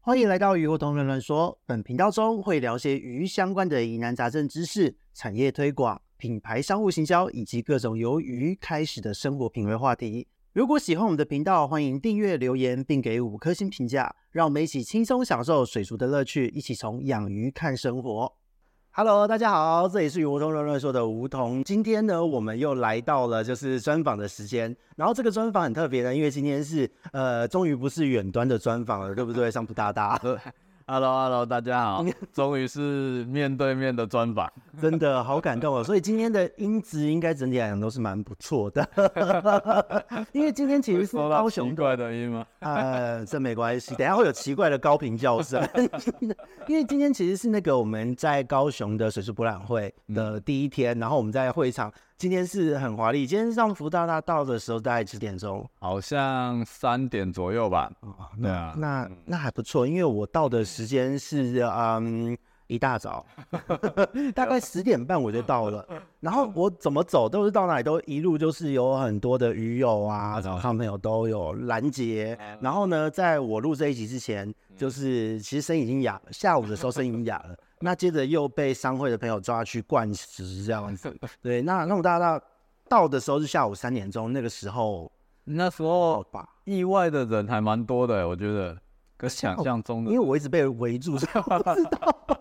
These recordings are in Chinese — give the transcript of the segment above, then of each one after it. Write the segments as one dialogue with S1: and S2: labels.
S1: 欢迎来到鱼活同人乱说。本频道中会聊些鱼相关的疑难杂症知识、产业推广、品牌商务行销，以及各种由鱼开始的生活品味话题。如果喜欢我们的频道，欢迎订阅、留言，并给五颗星评价，让我们一起轻松享受水族的乐趣，一起从养鱼看生活。Hello，大家好，这里是梧桐乱乱说的梧桐。今天呢，我们又来到了就是专访的时间。然后这个专访很特别呢，因为今天是呃，终于不是远端的专访了，对不对？上普大大，
S2: Hello Hello，大家好， 终于是面对面的专访。
S1: 真的好感动哦。所以今天的音质应该整体来讲都是蛮不错的， 因为今天其实是
S2: 收到
S1: 高
S2: 奇
S1: 雄
S2: 怪的音吗？
S1: 呃，这没关系，等一下会有奇怪的高频叫声， 因为今天其实是那个我们在高雄的水术博览会的第一天，然后我们在会场，今天是很华丽，今天上福大大到的时候大概几点钟？
S2: 好像三点左右吧。
S1: 哦，
S2: 对啊，
S1: 那那还不错，因为我到的时间是嗯一大 早，大概十点半我就到 了。然后我怎么走都是到哪里都一路就是有很多的鱼友啊，早上啊朋友都有拦截。然后呢，在我录这一集之前，就是其实声已经哑了，下午的时候声已经哑 了。那接着又被商会的朋友抓去灌食这样 子。对，那那我大家到到的时候是下午三点钟，那个时候
S2: 那时
S1: 到
S2: 候
S1: 吧。
S2: 意外的人还蛮多的，欸我觉得跟想象中
S1: 因
S2: 的
S1: 为我一直被围住，所以我不知道。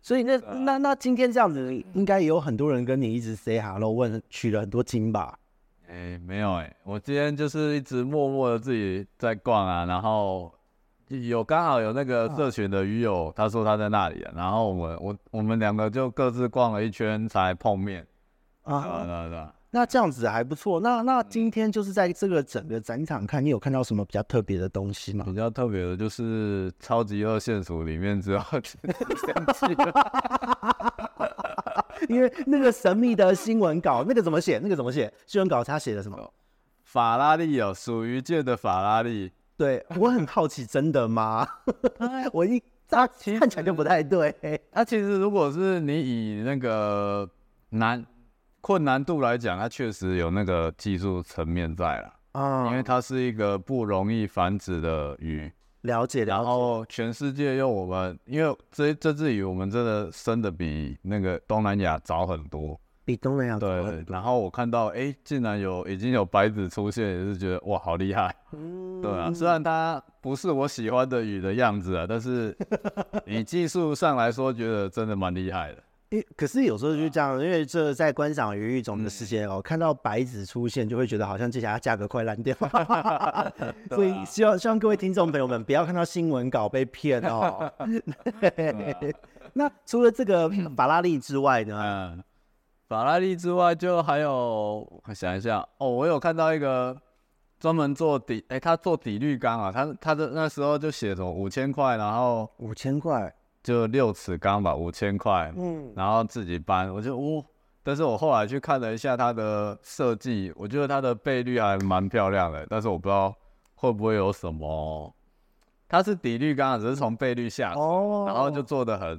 S1: 所以那
S2: 啊
S1: 那那今天这样子，应该也有很多人跟你一直 say hello，问取了很多经吧？
S2: 哎、没有哎、我今天就是一直默默的自己在逛啊，然后有刚好有那
S1: 啊
S2: 个社群的鱼友，他说他在那里、啊，然后我们我我们两个就各自逛了一圈才碰面。啊，嗯
S1: 啊，
S2: 对啊对啊。
S1: 那这样子还不错。那那今天就是在这个整个展场看，你有看到什么比较特别的东西吗？
S2: 比较特别的就是《超级二线鼠》里面只有 相机了，
S1: 因为那个神秘的新闻稿，那个怎么写？那个怎么写？新闻稿他写的什么？
S2: 法拉利哦，属于界的法拉利。
S1: 对我很好奇，真的吗？ 我一他
S2: 哎其实
S1: 看起来就不太对。
S2: 那、其实如果是你以那个难困难度来讲，它确实有那个技术层面在啦，因
S1: 啊，
S2: 为它是一个不容易繁殖的鱼。
S1: 了解
S2: 然
S1: 了解。
S2: 后全世界用我们，因为这这只鱼我们真的生的比那个东南亚早很多。
S1: 比东南亚早
S2: 对，然后我看到哎，竟然有已经有白子出现，也是觉得哇，好厉害。
S1: 嗯
S2: 对啊，虽然它不是我喜欢的鱼的样子啊，但是以技术上来说，觉得真的蛮厉害的。
S1: 因可是有时候
S2: 嗯
S1: 就这样，因为这在观赏鱼育种的世界哦，看到白子出现，就会觉得好像这下价格快烂 掉，所
S2: 啊
S1: 以希望希望各位听众朋友们不要看到新闻稿被骗 哦。那除了这个法拉利之外呢？
S2: 啊嗯，法拉利之外，就还有我想一下哦，我有看到一个专门做底，哎、他做底滤缸啊，他他的那时候就写什么五千块，然后
S1: 五千块，
S2: 就六尺缸吧，五千块，
S1: 嗯，
S2: 然后自己搬，我就哦。但是我后来去看了一下它的设计，我觉得它的倍率还蛮漂亮的，但是我不知道会不会有什么，它是底滤缸，只是从倍率下，
S1: 哦，
S2: 然后就做的很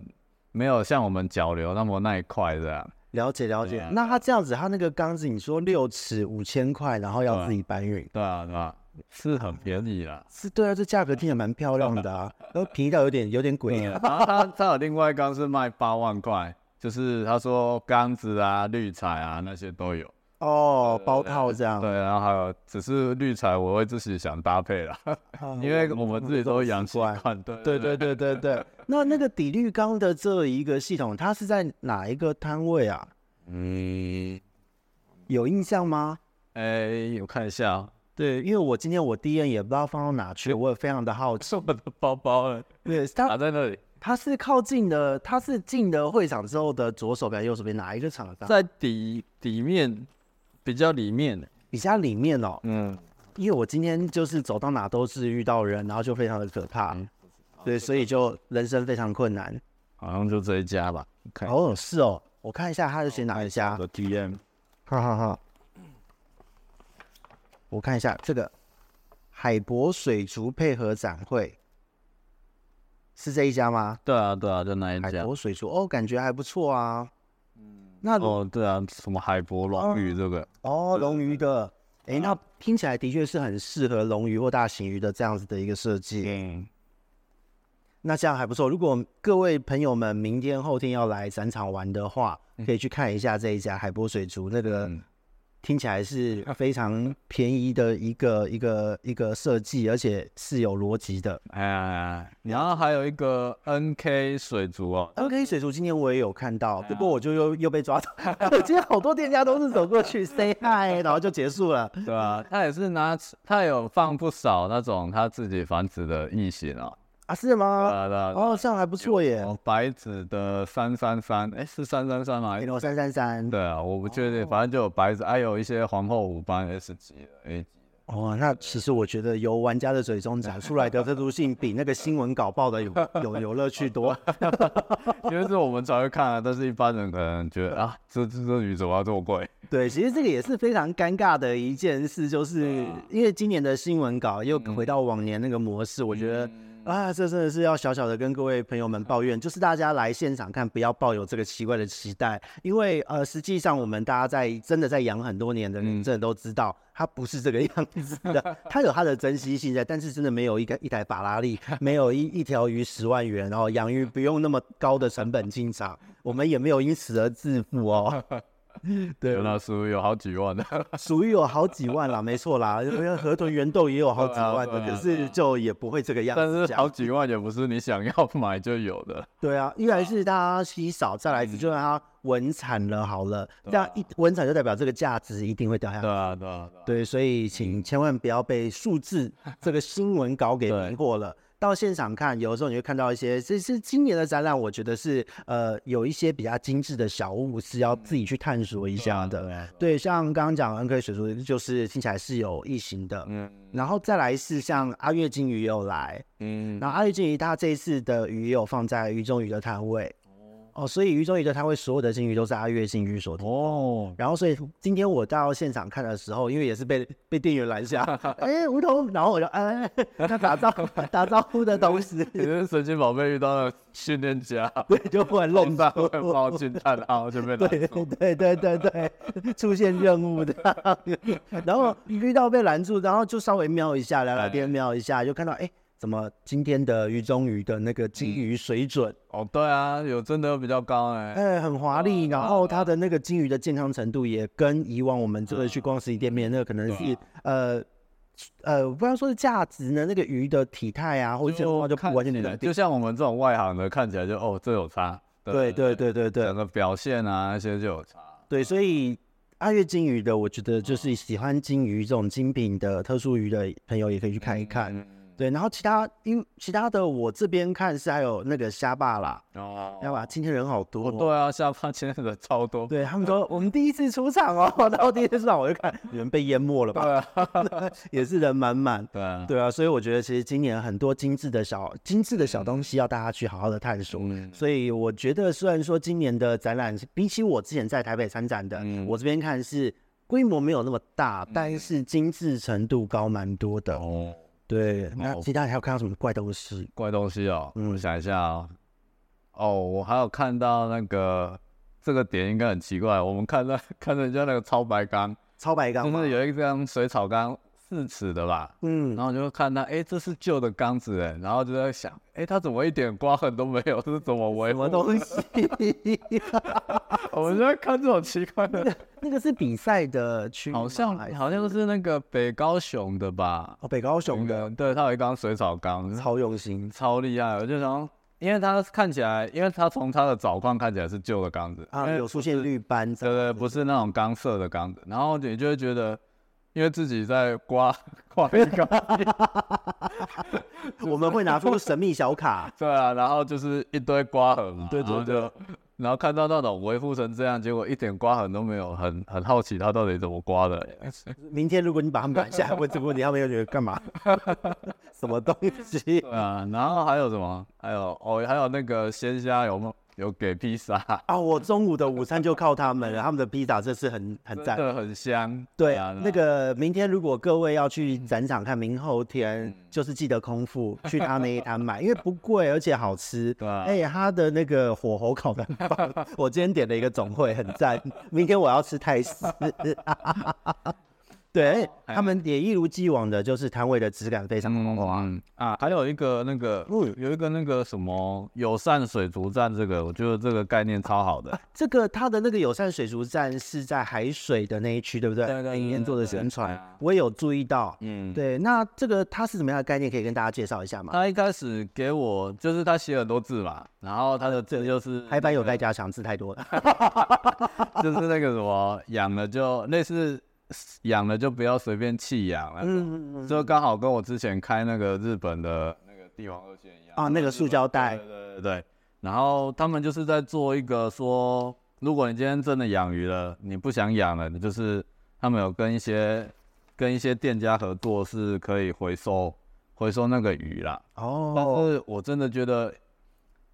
S2: 没有像我们脚流那么耐快这样。
S1: 了解了
S2: 对
S1: 解
S2: 啊。
S1: 那他这样子，他那个缸子，你说六尺五千块，然后要
S2: 对
S1: 自己搬运，
S2: 对啊，对啊，是很便宜啦。
S1: 是对啊，这价格听起来蛮漂亮的 啊，然后便宜到有点有点
S2: 对
S1: 鬼啊。
S2: 啊然后它它有另外一缸是卖八万块，就是他说缸子啊、滤材啊那些都有。
S1: 哦，包套这样，
S2: 对，然后还有只是滤材我会自己想搭配啦。
S1: 啊
S2: 因为我们自己都养习惯，对
S1: 对对对对对。那那个底滤缸的这一个系统，它是在哪一个摊位啊？
S2: 嗯，
S1: 有印象吗？
S2: 哎、我看一下哦，
S1: 对，因为我今天我第一眼也不知道放到哪去，我也非常的好奇。
S2: 是我的包包了，
S1: 对，
S2: 打
S1: 它
S2: 在那里，
S1: 它是靠近的，它是进的会场之后的左手边、右手边哪一个厂商？
S2: 在底底面比较里面，
S1: 比较里面哦，
S2: 嗯，
S1: 因为我今天就是走到哪都是遇到人，然后就非常的可怕。
S2: 嗯
S1: 对，所以就人生非常困难。
S2: 好像就这一家吧。看
S1: 哦，是哦，我看一下它是写哪一家。
S2: 的 DM，
S1: 哈哈哈。我看一下这个海博水族配合展会，是这一家吗？
S2: 对啊对啊，就那一
S1: 海
S2: 家。
S1: 博水族哦，感觉还不错啊。那如
S2: 哦，对啊，什么海博龙鱼这个，
S1: 哦，龙鱼的，诶，那听起来的确是很适合龙鱼或大型鱼的这样子的一个设计。
S2: 嗯，
S1: 那这样还不错。如果各位朋友们明天、后天要来展场玩的话，可以去看一下这一家海波水族，那个
S2: 嗯
S1: 听起来是非常便宜的一个 一个一个设计，而且是有逻辑的。
S2: 哎呀哎呀，然后还有一个 NK 水族哦，
S1: OK，水族今天我也有看
S2: 哎
S1: 到，不过我就又又被抓到。 今天好多店家都是走过去 say hi，然后就结束了。
S2: 对啊，他也是拿他有放不少那种他自己繁殖的异形哦，
S1: 啊，是
S2: 对
S1: 吗？
S2: 啊对啊，
S1: 哦，这样还不错耶。
S2: 哦白子的三三三，哎是三三三吗？还是
S1: L 三三三，
S2: 对啊，我不确定，反正就有白子，还有一些皇后五班 S 级的 A 级。
S1: 哦，那其实我觉得由玩家的嘴中讲出来的特殊性，比那个新闻稿报的有有有乐趣多。
S2: 因为是我们才会看啊，但是一般人可能觉得啊，这这这鱼怎么要这么贵？
S1: 对，其实这个也是非常尴尬的一件事，就是因为今年的新闻稿又回到往年那个模式，我觉得啊，这真的是要小小的跟各位朋友们抱怨，就是大家来现场看，不要抱有这个奇怪的期待，因为呃，实际上我们大家在真的在养很多年的人，真的都知道它不是这个样子的，它有它的珍惜性在，但是真的没有一个一台法拉利，没有一一条鱼十万元，然后养鱼不用那么高的成本进场，我们也没有因此而致富哦。 对
S2: 有，那书有好几万的，
S1: 属于有好几万啦，没错啦，因为河豚原豆也有好几万
S2: 对
S1: 的，
S2: 啊对
S1: 可
S2: 啊
S1: 是就也不会这个样
S2: 但
S1: 子
S2: 是
S1: 讲
S2: 好。几万也不是你想要买就有的。
S1: 对啊，一来是它稀少，再来是
S2: 嗯
S1: 就让它稳产了好了，这样一稳产就代表这个价值一定会掉下
S2: 啊对
S1: 来。
S2: 啊，对啊，对啊
S1: 对，所以请千万不要被数 字这个新闻稿给
S2: 对
S1: 迷惑了。到现场看，有的时候你会看到一些，这是今年的展览，我觉得是呃有一些比较精致的小物是要自己去探索一下的。
S2: 对啊
S1: 对，像刚刚讲 NK 水族，就是听起来是有异形的，
S2: 嗯
S1: 然后再来是像阿月金鱼也有来，
S2: 嗯，
S1: 然后阿月金鱼它这一次的鱼也有放在鱼中鱼的摊位，哦，所以鱼中鱼的摊位所有的金鱼都是阿月金鱼所的。
S2: 哦，
S1: 然后，所以今天我到现场看的时候，因为也是被被店员拦下，哎，梧桐，然后我就 哎，他打招打招呼的同时，
S2: 你是神奇宝贝遇到了训练家，
S1: 对，就忽然
S2: 弄
S1: 愣住
S2: 到，会冒进弹，然后就被拦
S1: 对
S2: 住。
S1: 对对对对， 出现任务的，然后遇到被拦住，然后就稍微瞄一下，聊聊天瞄一下，就看到哎，怎么今天的鱼中鱼的那个
S2: 嗯
S1: 金鱼水准，
S2: 哦，对啊，有真的比较高哎。
S1: 哎，很华丽，然后它的那个金鱼的健康程度也跟以往我们
S2: 嗯
S1: 这个去逛实体店面那个可能是呃。呃，不要说是价值呢，那个鱼的体态啊，或者的话就
S2: 看
S1: 完全
S2: 起
S1: 不
S2: 来
S1: 一定
S2: 就像我们这种外行的，看起来就哦，这有差。
S1: 对对对对对
S2: 整，个表现啊那些就有差。
S1: 对，所以阿月金鱼的，我觉得
S2: 嗯
S1: 就是喜欢金鱼这种精品的特殊鱼的朋友也可以去看一看。
S2: 嗯
S1: 对，然后其他因其他的我这边看是还有那个虾霸啦，
S2: 哦，
S1: 要吧，今天人好多、
S2: 哦，对啊，下巴现在的超多。
S1: 对他们说我们第一次出场哦， 然后第一次出场我就看你们被淹没了吧，
S2: 对啊，
S1: 也是人满满。
S2: 对啊，
S1: 对啊，所以我觉得其实今年很多精致的小精致的小东西要大家去好好的探索。
S2: 嗯
S1: 所以我觉得虽然说今年的展览比起我之前在台北参展的，
S2: 嗯
S1: 我这边看是规模没有那么大，但是精致程度高蛮多的。
S2: 哦，
S1: 对，那
S2: 好
S1: 其他还有看到什么怪东西？
S2: 怪东西哦，
S1: 嗯
S2: 我想一下哦，哦，我还有看到那个这个点应该很奇怪，我们看到 看到人家那个超白缸，
S1: 超白缸
S2: 中
S1: 吗
S2: 间有一张水草缸，四尺的吧。
S1: 嗯
S2: 然，后我就看到，哎，这是旧的缸子哎，然后就在想，哎，它怎么一点刮痕都没有？这是怎么维
S1: 什
S2: 护
S1: 么？东西？
S2: 我们就在看这种奇怪的，
S1: 那个是比赛的区域吗，
S2: 好像
S1: 还
S2: 好像是那个北高雄的吧，
S1: 哦北高雄
S2: 那
S1: 的
S2: 个对，它有一缸水草缸，
S1: 超用心
S2: 超厉害，我就想，因为它看起来，因为它从它的藻矿看起来是旧的缸子
S1: 啊，有出现绿斑，
S2: 嗯对对，不是那种钢色的缸子，然后你就会觉得，因为自己在刮 刮一缸，
S1: 啊我们会拿出神秘小卡。
S2: 对啊，然后就是一堆刮痕嘛，
S1: 对对
S2: 然后
S1: 对
S2: 就，然后看到那种维护成这样，结果一点刮痕都没有，很很好奇它到底怎么刮的，
S1: 明天如果你把他们拦下来问这个问题，他们又觉得干嘛？ 什么东西？
S2: 对啊，然后还有什么？还有哦，还有那个鲜虾有没有有给 披萨，
S1: 啊！我中午的午餐就靠他们了，他们的披萨这次 很很
S2: 真
S1: 赞。
S2: 的很香，
S1: 对
S2: 啊
S1: 啊，，那个明天如果各位要去展场看，明后
S2: 嗯
S1: 天就是记得空腹 去他那一摊买，因为不贵而且好吃。
S2: 对啊
S1: 哎，他的那个火候烤的， 我今天点了一个总会，很赞。明天我要吃泰式。 对，
S2: 哎
S1: 他们也一如既往的，就是摊位的质感非常
S2: 嗯
S1: 好啊。
S2: 嗯啊，还有一个那个有一个那个什么友善水族站，这个我觉得这个概念超 好的。
S1: 这个它的那个友善水族站是在海水的那一区，对不对？
S2: 对对对
S1: 里面做的
S2: 对对
S1: 宣传
S2: 对啊，
S1: 我也有注意到。
S2: 嗯，呃
S1: 对，那这个它是怎么样的概念？可以跟大家介绍一下吗？
S2: 他一开始给我就是他写很多字嘛，然后他的字就是
S1: 排版有待加强，字太多了。
S2: 就是那个什么养了就类似养了就不要随便弃养了，
S1: 嗯嗯嗯
S2: 就刚好跟我之前开那个日本的那个帝王二线一样
S1: 啊那个塑胶袋
S2: 对对对对。然后他们就是在做一个说，如果你今天真的养鱼了，你不想养了，你就是他们有跟一些跟一些店家合作，是可以回收回收那个鱼啦。但
S1: 哦，
S2: 是我真的觉得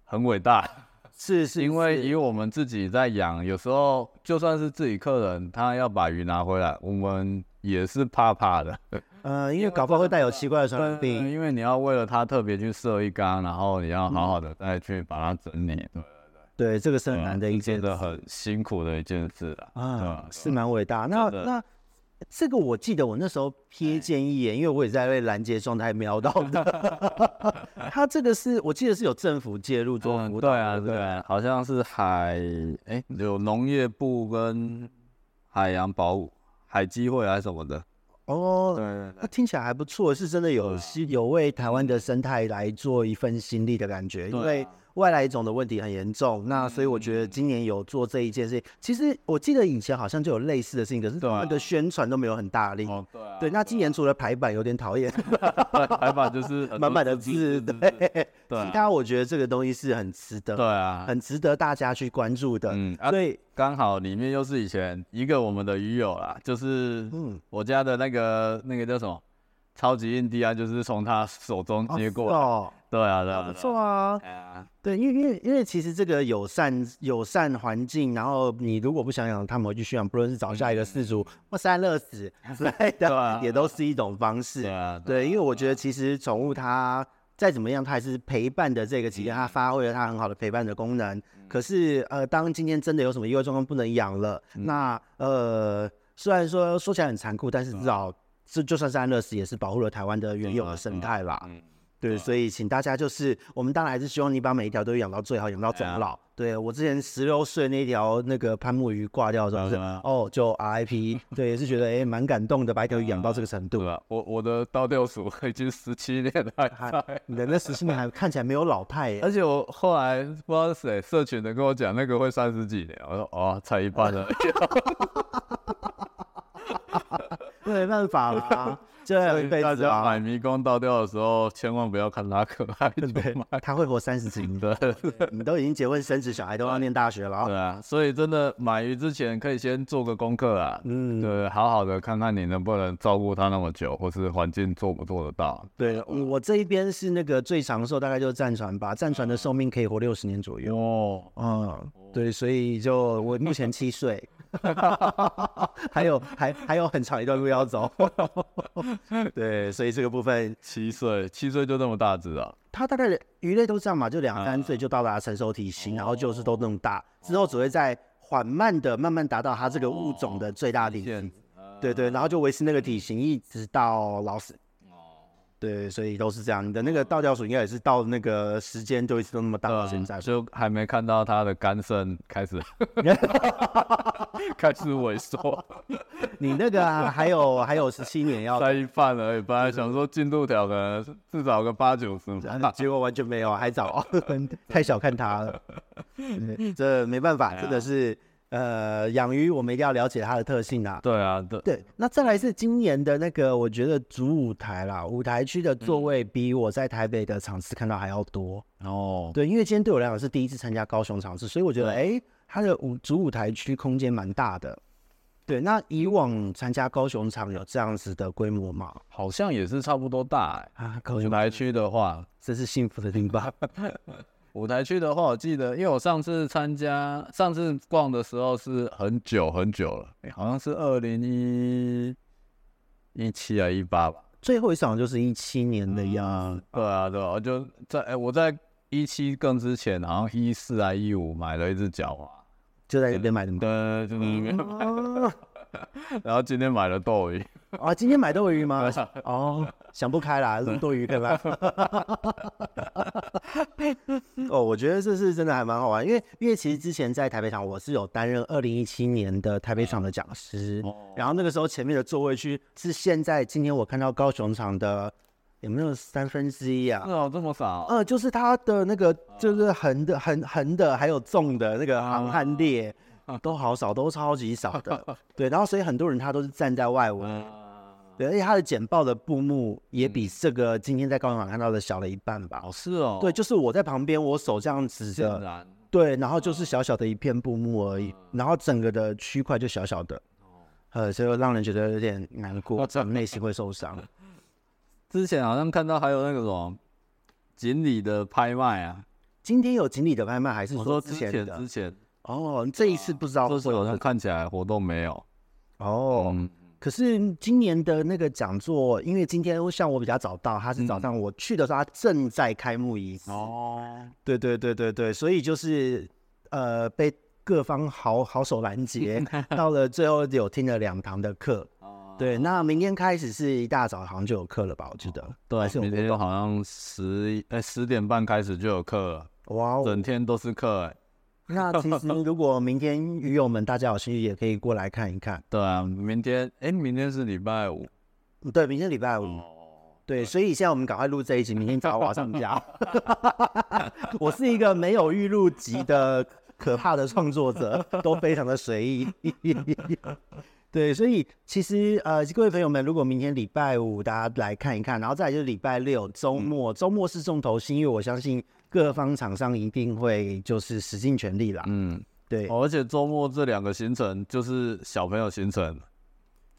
S2: 很伟大，
S1: 是是，
S2: 因为
S1: 是
S2: 以我们自己在养，有时候就算是自己客人，他要把鱼拿回来，我们也是怕怕的。
S1: 呃，因为搞不好会带有奇怪的传染
S2: 对，
S1: 病。
S2: 因为你要为了它特别去设一缸，然后
S1: 嗯
S2: 你要好好的再去把它整理，对，
S1: 对，这个是
S2: 对
S1: 很难的一件
S2: 呃嗯真的很辛苦的一件事啦。
S1: 啊
S2: 嗯，
S1: 是蛮伟大。那
S2: 真的哎
S1: 那这个我记得我那时候瞥见一眼，因为我也在被拦截状态瞄到 的。他这个是我记得是有政府介入做
S2: 嗯
S1: 辅导
S2: 对啊，
S1: 的，不
S2: 对啊，好像是海，哎，有农业部跟海洋保护、海基会还是什么的。
S1: 哦，
S2: 对
S1: 那听起来还不错，是真的
S2: 啊
S1: 有希有为台湾的生态来做一份心力的感觉，因
S2: 对啊
S1: 为
S2: 嗯
S1: 外来种的问题很严重，那所以我觉得今年有做这一件事情。其实我记得以前好像就有类似的事情，可是
S2: 对啊
S1: 他们的宣传都没有很大力。
S2: 哦，对啊，
S1: 对，那今年除了排版有点讨厌，
S2: 海法就是很 多
S1: 满满的字，
S2: 字，
S1: 对，
S2: 对啊
S1: 其他我觉得这个东西是很值
S2: 对
S1: 得，
S2: 啊，
S1: 很值得大家去关注的。
S2: 嗯啊，
S1: 对，
S2: 刚好里面又是以前一个我们的鱼友啦，就是
S1: 嗯
S2: 我家的那个那个叫什么超级印第安，就是从他手中接过来，
S1: 哦，
S2: 对啊，对
S1: 是
S2: 啊，
S1: 哦
S2: 对
S1: 不
S2: 啊
S1: 错啊。
S2: 哎呀，
S1: 对，因为因为因为其实这个友善友善环境，然后你如果不想养，他们回去驯养，不论是找下一个饲主或三乐 死之类
S2: 嗯对
S1: 的
S2: 啊，
S1: 也都是一种方
S2: 对
S1: 式。
S2: 啊，
S1: 对，因为我觉得其实宠物它再怎么样，它还是陪伴的这个期间，
S2: 嗯
S1: 它发挥了它很好的陪伴的功能。可是呃，当今天真的有什么意外状况不能养了，
S2: 嗯
S1: 那呃，虽然说说起来很残酷，但
S2: 嗯
S1: 是至少这就算是安乐死，也是保护了台湾的原有的生态啦。
S2: 嗯，
S1: 对，所以请大家就是，我们当然还是希望你把每一条都养到最好，养到终
S2: 对啊
S1: 老。对我之前十六岁那条那个潘木鱼挂掉的时候，
S2: 对
S1: 是
S2: 啊
S1: 哦，就 RIP，对，也是觉得哎蛮感动的，把一条鱼养到这个程
S2: 对
S1: 度。
S2: 吧？我我的倒吊鼠已经十七年了还
S1: 还
S2: 在，
S1: 你的那十七年还看起来没有老派呃耶，
S2: 而且我后来不知道是谁社群的跟我讲那个会三十几年，我说哦，才一 半而已，
S1: 那没办法 啦，这一辈
S2: 大
S1: 子
S2: 家
S1: 啊，
S2: 买迷宫倒吊的时候，千万不要看它可爱就买。
S1: 他会活三十几年，
S2: 对
S1: 你都已经结婚生子，小孩都要念大学了啊。
S2: 对啊，所以真的买鱼之前可以先做个功课啊，
S1: 嗯，
S2: 对，好好的看看你能不能照顾它那么久，或是环境做不做得到。
S1: 对我这一边是那个最长寿，大概就是战船吧，战船的寿命可以活六十年左右。
S2: 哦，
S1: 嗯，对，所以就我目前七岁， 还有还还有很长一段路要走。 对，所以这个部分，
S2: 七岁，七岁就这么大只啊？
S1: 它大概鱼类都这样嘛，就两三岁就到达成熟体型，然后就是都那么大，之后只会在缓慢的慢慢达到它这个物种的最大体积。对对，然后就维持那个体型一直到老死。对，所以都是这样。你的那个倒吊鼠应该也是到那个时间就一直都那么大
S2: 对啊
S1: 到现在吧。
S2: 就还没看到它的肝肾开 始开始萎缩，
S1: 你那个啊、还有还有十七年要
S2: 才一半而已。本来想说进度条可能至少个八九十
S1: 然后 结果完全没有，还早， 太小看他 了。对这没办法，真的是呃，养鱼我们一定要了解它的特性啊。
S2: 对啊，对，
S1: 对，那再来是今年的那个，我觉得主舞台啦，舞台区的座位比我在台北的场次看到还要多。
S2: 哦，
S1: 对，因为今天对我来讲是第一次参加高雄场次，所以我觉得哎，它的舞主舞台区空间蛮大的。对，那以往参加高雄场有这样子的规模吗？
S2: 好像也是差不多大、欸。
S1: 啊，高
S2: 舞
S1: 雄
S2: 台区的话，
S1: 真是幸福的地方。
S2: 舞台区的话，我记得，因为我上次参加、上次逛的时候是很久很久了，诶好像是二零一一七啊一八吧。
S1: 最后一场就是一七年的样子。
S2: 对啊，对啊，我就在诶我在一七更之前，好像一四啊一五买了一只角嘛，
S1: 就在那边买的吗？
S2: 对，就是那边买，
S1: 啊，
S2: 然后今天买了斗鱼，
S1: 啊，今天买斗鱼吗？哦，想不开啦，斗鱼对吧？ 哦，我觉得这是真的还蛮好玩，因为因为其实之前在台北场我是有担任二零一七年的台北场的讲师，然后那个时候前面的座位区是现在今天我看到高雄场的有没有三分之一啊？
S2: 是哦，这么少，
S1: 呃，就是它的那个
S2: 啊
S1: 就是横的、横横的，还有纵的那个航汉列，啊都好少，都超级少 的。对，然后所以很多人他都是站在外围，
S2: 啊
S1: 对，而且它的简报的布幕
S2: 嗯
S1: 也比这个今天在高雄场看到的小了一半吧。
S2: 哦是哦，
S1: 对，，就是我在旁边，我手这样指
S2: 显
S1: 着，
S2: 然
S1: 对，然后就是
S2: 啊
S1: 小小的一片布幕而已，然后整个的区块就小小的，
S2: 哦
S1: 呃，所以让人觉得有点难过，内心会受伤。
S2: 之前好像看到还有那个什么锦鲤的拍卖啊，
S1: 今天有锦鲤的拍卖，还是
S2: 我说
S1: 之
S2: 之
S1: 前
S2: 前
S1: 的
S2: 之？前，
S1: 哦，这一次不知道
S2: 就是
S1: 会有
S2: 啊好像
S1: 这
S2: 看起来活动没有，
S1: 哦。
S2: 嗯，
S1: 可是今年的那个讲座，因为今天像我比较早到，他是早上我去的时候，他正在开幕仪式。
S2: 嗯哦，
S1: 对对对对对，所以就是呃被各方好好手拦 截，到了最后有听了两堂的课。
S2: 哦
S1: 对，那明天开始是一大早好像就有课了吧？我记得。还是有
S2: 对，明啊天好像十哎十点半开始就有课了，
S1: 哇哦，
S2: 整天都是课哎、
S1: 那其实如果明天鱼友们大家有兴趣，也可以过来看一看。
S2: 对啊，明天哎、明天是礼拜五，
S1: 嗯对，明天礼
S2: 哦
S1: 拜五。对，
S2: 嗯
S1: 所以现在我们赶快录这一集，明天早上上 架。 我是一个没有预录集的可怕的创作者，都非常的随意。 对，所以其实呃，各位朋友们，如果明天礼拜五大家来看一看，然后再来就是礼拜六
S2: 嗯
S1: 周末，周末是重头戏，因为我相信各方厂商一定会就是使尽全力啦。
S2: 嗯，
S1: 对，
S2: 哦而且周末这两个行程就是小朋友行程，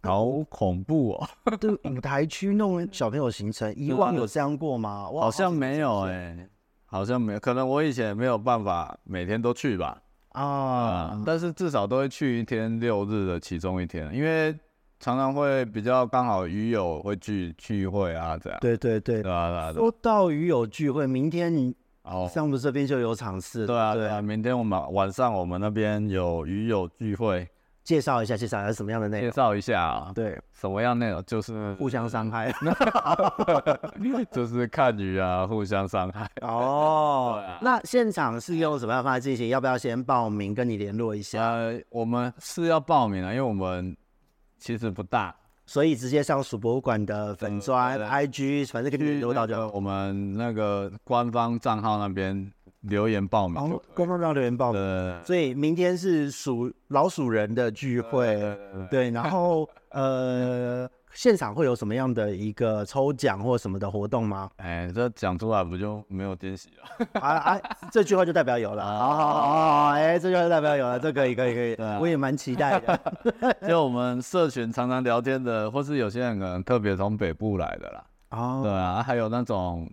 S2: 好恐怖哦，
S1: 对，舞台区弄小朋友行程，以往有这样过吗？我
S2: 嗯 好像没有哎、
S1: 哦
S2: 好像没有，可能我以前没有办法每天都去吧，
S1: 啊，
S2: 啊，但是至少都会去一天六日的其中一天，因为常常会比较刚好鱼友会聚聚会啊，这样。
S1: 对对对
S2: 对啊，对啊，对啊
S1: 说到鱼友聚会，明天你
S2: 哦，
S1: 上部这边就有场次了，
S2: 对啊，
S1: 对
S2: 对啊，明天我们晚上我们那边有鱼友聚会，
S1: 介绍一下，介绍一下什么样的内
S2: 介
S1: 容？
S2: 绍一下啊，
S1: 对，
S2: 什么样内容就是
S1: 互相伤害。
S2: 就是看鱼啊，互相伤害。
S1: 哦
S2: 对啊
S1: 那现场是用什么样的方式进行？要不要先报名跟你联络一下？
S2: 呃，我们是要报名啊，因为我们其实不大，
S1: 所以直接上蜀博物馆的粉砖、
S2: 对
S1: IG，反正跟你联络到就
S2: 去那个
S1: 好。
S2: 我们那个官方账号那边留言报名就
S1: 哦
S2: 可以。，
S1: 官方让留言报名。
S2: 呃，
S1: 所以明天是属老鼠人的聚
S2: 对
S1: 会，
S2: 对对
S1: 对，然后呃，现场会有什么样的一个抽奖或什么的活动吗？
S2: 哎，这讲出来不就没有惊喜了？
S1: 啊啊，这句话就代表有了。
S2: 啊
S1: 好好好好，好哎，这句话就代表有了，这可以可以可以，
S2: 啊
S1: 我也蛮期待 的。
S2: 就我们社群常常聊天的，或是有些人可能特别从北部来的啦，对
S1: 哦，
S2: 啊，还有那种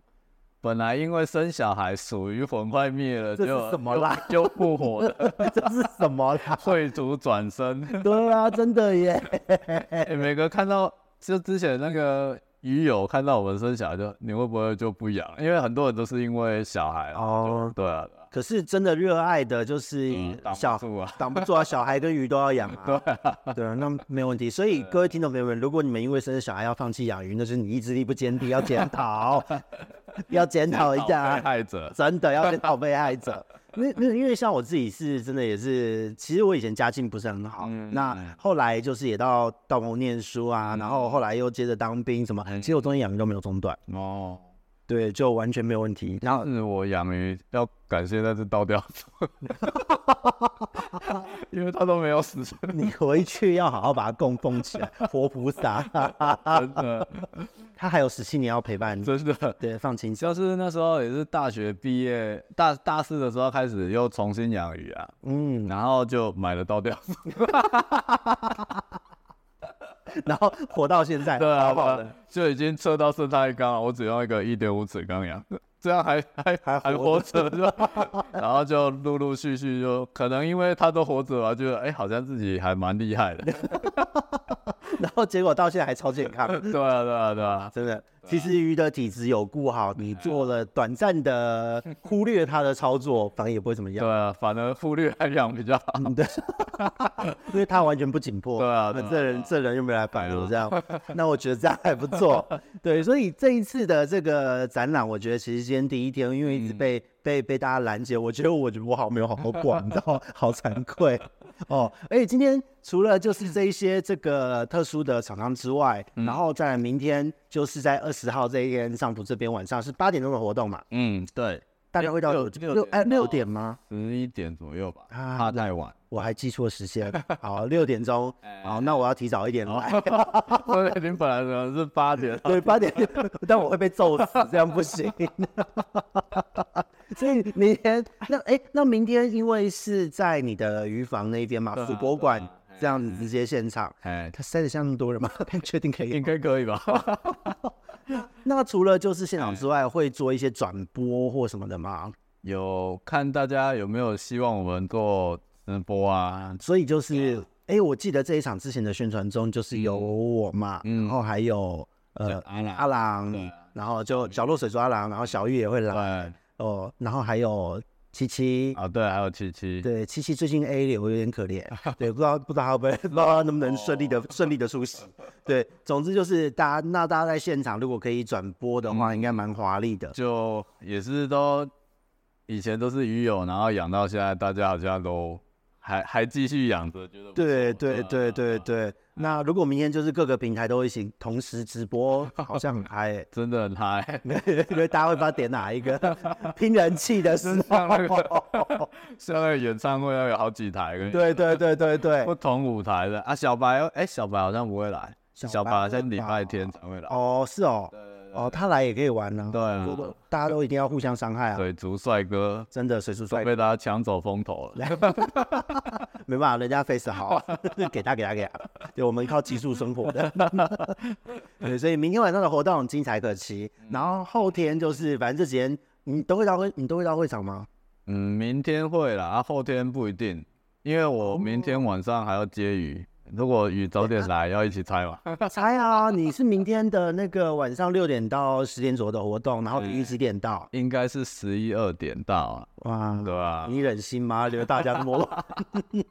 S2: 本来因为生小孩属于魂快灭了，
S1: 这
S2: 啊就是
S1: 什么啦？
S2: 就复活 的
S1: 这是什么 啦？
S2: 贵族转身，
S1: 对啊，真的 耶。
S2: 哎，每个看到就之前那个鱼友看到我们生小孩就，你会不会就不养？因为很多人都是因为小孩啊，
S1: 哦，
S2: 对啊，对啊
S1: 可是真的热爱的就是
S2: 嗯挡不
S1: 小
S2: 住啊
S1: 挡不住啊，小孩跟鱼都要 养啊。 对啊，那没问题。所以
S2: 啊
S1: 各位听众朋友们，如果你们因为生小孩要放弃养鱼，那就是你意志力不坚定，要检讨， 要检讨一下啊
S2: 被。害者，
S1: 真的 要检讨被害者。因为因为因为像我自己是真的也是，其实我以前家境不是很好，
S2: 嗯嗯
S1: 那后来就是也到到蒙念书啊，然后后来又接着当兵什么，其实我中间养鱼都没有中断，
S2: 哦，
S1: 对，就完全没有问题。 然后
S2: 是我养鱼要感谢那只倒吊 虫， 因为它都没有死，
S1: 你回去要好好把它供奉起来，活菩萨，
S2: 真的
S1: 它还有十七年要陪伴你。
S2: 真的。
S1: 对，放轻松。
S2: 就是那时候也是大学毕业，大大四的时候开始又重新养鱼啊，
S1: 嗯，
S2: 然后就买了倒 吊虫，
S1: 然后 活到现在，
S2: 对
S1: 好
S2: 啊，
S1: 好的。
S2: 就已经测到生态缸了，我只用一个一点五尺缸养， 这样还还
S1: 还
S2: 还
S1: 活
S2: 活着是吧？ 然后就陆陆续续就可能因为他都活着吧，觉得哎、好像自己还蛮厉 害的。
S1: 然后结果到现在还超健 康，
S2: 对啊，对啊，对啊，
S1: 真的。其实鱼的体质有顾好，你做了短暂的忽略它的操作，反而也不会怎么样
S2: 对，啊，反而忽略安养比较好。
S1: 嗯 因为它完全不紧迫。
S2: 对啊
S1: 那
S2: 对啊嗯
S1: 这人这人又没来摆我这样，那我觉得这样还不 错。对，所以这一次的这个展览，我觉得其实今天第一天，因为一
S2: 嗯
S1: 直被被被大家拦截，我觉得我我好没有好好逛，你知道吗， 好惭愧哦。而且今天除了就是这一些这个特殊的厂商之外，
S2: 嗯
S1: 然后再来明天就是在二十号这一天，上图这边晚上是八点钟的活动嘛，
S2: 嗯，对，
S1: 大概会到
S2: 六
S1: 九
S2: 六
S1: 六哎
S2: 点到
S1: 六点吗？
S2: 十一点左右 吧，
S1: 啊
S2: 怕太晚，
S1: 我还记错时 间，好，六点钟，
S2: 哎
S1: 好，那我要提早一
S2: 哦
S1: 点来。
S2: 所以你本来可能是八点，
S1: 对，八点， 但我会被揍死，这样不行。 所以明天，那哎、那明天因为是在你的渔房那边嘛，
S2: 对啊
S1: 主博馆
S2: 对啊
S1: 这样子直接现场，
S2: 哎，
S1: 他塞得下那么多人吗？ 确定可以
S2: 应
S1: 吗？
S2: 该可以吧？
S1: 那除了就是现
S2: 哎
S1: 场之外，会做一些转播或什么的吗？
S2: 有看大家有没有希望我们做直播啊？
S1: 所以就是，哎、我记得这一场之前的宣传中就是有
S2: 嗯
S1: 我嘛，然后还有呃
S2: 阿啦
S1: 阿郎
S2: 对啊，
S1: 然后就小落水族阿郎，然后小玉也会
S2: 对
S1: 来
S2: 啊，
S1: 哦，然后还有七七，
S2: 对，还有七七，
S1: 对，七七最近 A 流有点可 怜，对，不知道不知道他会不会，不知道他能不能顺利
S2: 哦
S1: 的顺利的出席。对，总之就是大家那大家在现场如果可以转播的
S2: 嗯
S1: 话，应该蛮华丽的。
S2: 就也是都以前都是鱼友，然后养到现在，大家好像都还还继续养着，觉得不错啊
S1: 对对对对，对，那如果明天就是各个平台都一起同时直 播，好像很嗨、欸。
S2: 真的很嗨，
S1: 因为大家会不知道点哪一个 拼人气的时
S2: 像那
S1: 候，
S2: 像那个演唱会要有好几台，跟
S1: 对对对对对
S2: 不，同舞台的啊。小白，哎，小白好像不会来，
S1: 小
S2: 小白
S1: 白
S2: 好像
S1: 会
S2: 礼
S1: 吧
S2: 拜天才会来。
S1: 哦是哦，哦他来也可以玩呢、
S2: 对啊
S1: 不过大家都一定要互相伤害啊，
S2: 水族帅哥
S1: 真的水叔
S2: 都
S1: 帅
S2: 被大家抢走风头 了，
S1: 没办法，人家 face 好， 给他给他给他，对我们靠技术生活的。 对，所以明天晚上的活动精彩可期，
S2: 嗯
S1: 然后后天就是反正这几天你都会到会，你都会到会场吗？
S2: 嗯，明天会啦，啊，后天不一定，因为我明天晚上还要接鱼，如果鱼早点来，要一起猜嘛。
S1: 才啊，你是明天的那个晚上六点到十点左右的活动，然后鱼几点到？
S2: 应该是十一二点到啊，
S1: 哇，
S2: 对吧、
S1: 你忍心吗？留大家摸？
S2: 嗯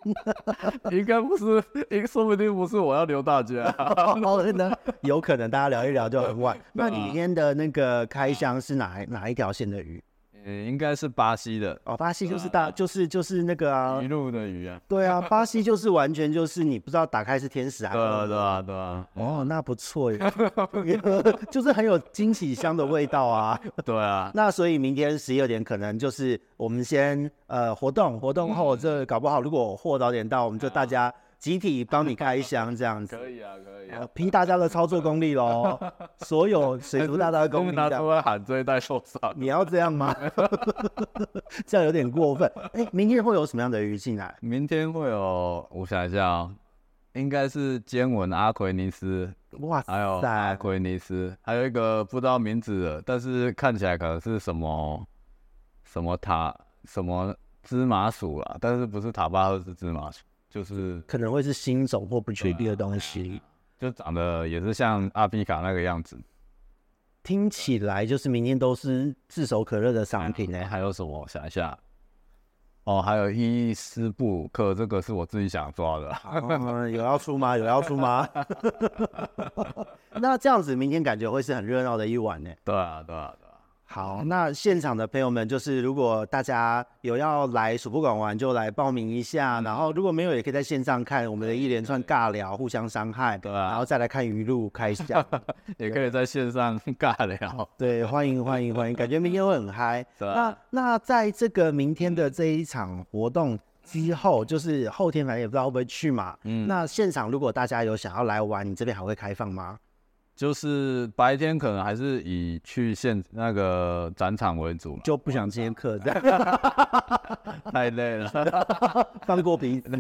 S2: 应该不是，应说不定不是我要留大家、啊
S1: 哦，那 有可能大家聊一聊就很晚。那你明天的那个开箱是哪一哪一条线的鱼？
S2: 嗯，应该是巴西的
S1: 哦，巴西就是
S2: 呃
S1: 大，就是就是那个啊
S2: 一，路的鱼啊，
S1: 对啊，巴西就是完全就是你不知道打开是天使还
S2: 对啊，
S1: 是
S2: 对啊，对啊，
S1: 哦，那不 错 耶，就是很有惊喜香的味道 啊。
S2: 对啊，
S1: 那所以明天十一二点可能就是我们先呃活动活动
S2: 嗯
S1: 后，这搞不好如果货早点到，我们就大家集体帮你开箱这样子。
S2: 以啊，可以
S1: 呃，拼大家的操作功力 喽，所有水族大大的
S2: 我
S1: 功
S2: 们
S1: 力
S2: 拿
S1: 的
S2: 出来喊这一代受伤，
S1: 你要这样吗？ 这样有点过分。哎、明天会有什么样的鱼进来？
S2: 明天会有，我想一下啊、应该是尖吻阿奎尼斯，
S1: 哇
S2: 还有阿
S1: 塞，
S2: 奎尼斯，还有一个不知道名字的，但是看起来可能是什么什么塔什么芝麻薯啦，但是不是塔巴赫是芝麻薯，就是
S1: 可能会是新种或不确定的东西。
S2: 就长得也是像阿比卡那个样子。
S1: 听起来就是明天都是炙手可热的商品哎呢、
S2: 然后还有什么？我想一下。哦，还有伊斯布鲁克，这个是我自己想抓的。
S1: 嗯，有要出吗？有要出吗？ 那这样子，明天感觉会是很热闹的一晚呢、
S2: 对啊，对啊， 对啊。
S1: 好，那现场的朋友们，就是如果大家有要来水博馆玩，就来报名一下。然后如果没有，也可以在线上看我们的一连串尬聊，互相伤害，
S2: 对啊
S1: 然后再来看鱼露开箱。
S2: 也可以在线上尬聊。
S1: 对，欢迎欢迎欢迎，感觉明天会很嗨。
S2: 对
S1: 那
S2: 啊
S1: 那在这个明天的这一场活动之后，就是后天反正也不知道会不会去嘛。嗯，那现场如果大家有想要来玩，你这边还会开放吗？
S2: 就是白天可能还是以去现那个展场为主嘛，
S1: 就不想接客，这样
S2: 太累了。
S1: 放过彼 此。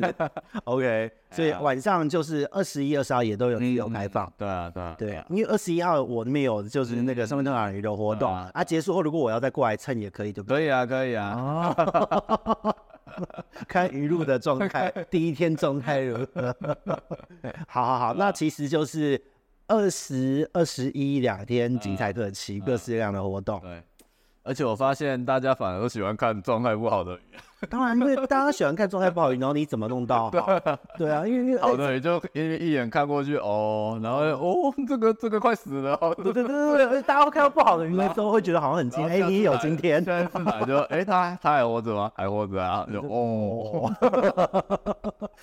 S1: OK，所以
S2: 哎
S1: 晚上就是二十一、二十二也都
S2: 嗯
S1: 有自由开放。
S2: 对啊，对啊，
S1: 对，因为二十一号我那边有就是那个上面特产鱼的活动
S2: 嗯
S1: 啊，结束后如果我要再过来蹭也可以，对 不对？
S2: 可以啊，可以啊。
S1: 哦，看鱼露的状 态，第一天状态如何？好好好，那其实就是二十二十一两天精彩特
S2: 嗯
S1: 期，各式各样的活动。
S2: 对，而且我发现大家反而都喜欢看状态不好的鱼，
S1: 当然，因为大家喜欢看状态不好的鱼，然哦后你怎么弄 到好？对啊，因为因为
S2: 好的鱼就一一眼看过去哦，然后就哦这个这个快死了哦，
S1: 对对对对对，大家看到不好的鱼的时候，会觉得好像很惊，哎，你也有今天。
S2: 现在是哪就哎他他还活着吗？还活着啊， 就哦。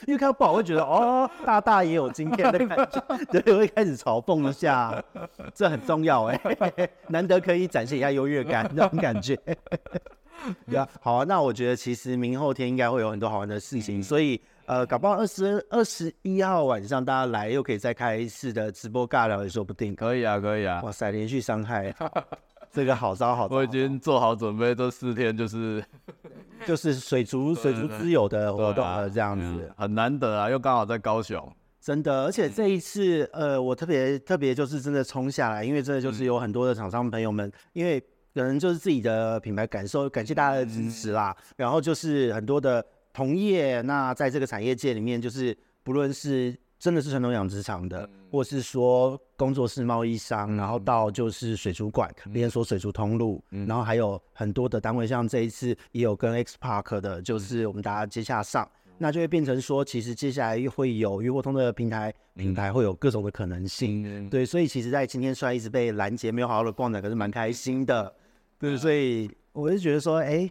S1: 因为看到不好会觉 得哦，大大也有今天的感觉，对，会开始嘲讽一下，这很重要哎、 难得可以展现一下优越感那种感觉。对啊，好啊，那我觉得其实明后天应该会有很多好玩的事
S2: 嗯
S1: 情，所以呃，搞不好二十二十一号晚上大家来，又可以再开一次的直播尬聊也说不定。
S2: 可以啊，可以啊，
S1: 哇塞，连续伤 害，这个好招好招，
S2: 我已经做好准备，这四天就是
S1: 就是水族水族
S2: 对
S1: 之友的活
S2: 对
S1: 动呃
S2: 啊
S1: 了，这样子。
S2: 嗯很难得啊，又刚好在高雄，
S1: 真的，而且这一次，呃，我特别特别就是真的冲下来，因为真的就是有很多的厂商朋友们，因为可能就是自己的品牌感受，感谢大家的支持啦。然后就是很多的同业，那在这个产业界里面，就是不论是真的是传统养殖场的，或是说工作室贸易商，然后到就是水族馆、连锁水族通路，然后还有很多的单位，像这一次也有跟 X Park 的，就是我们大家接下上。那就会变成说，其实接下来会有鱼货通的平台，平台会有各种的可能性。
S2: 嗯，
S1: 对，所以其实，在今天虽然一直被拦截，没有好好的逛展，可是蛮开心的。对，所以我就觉得说，哎、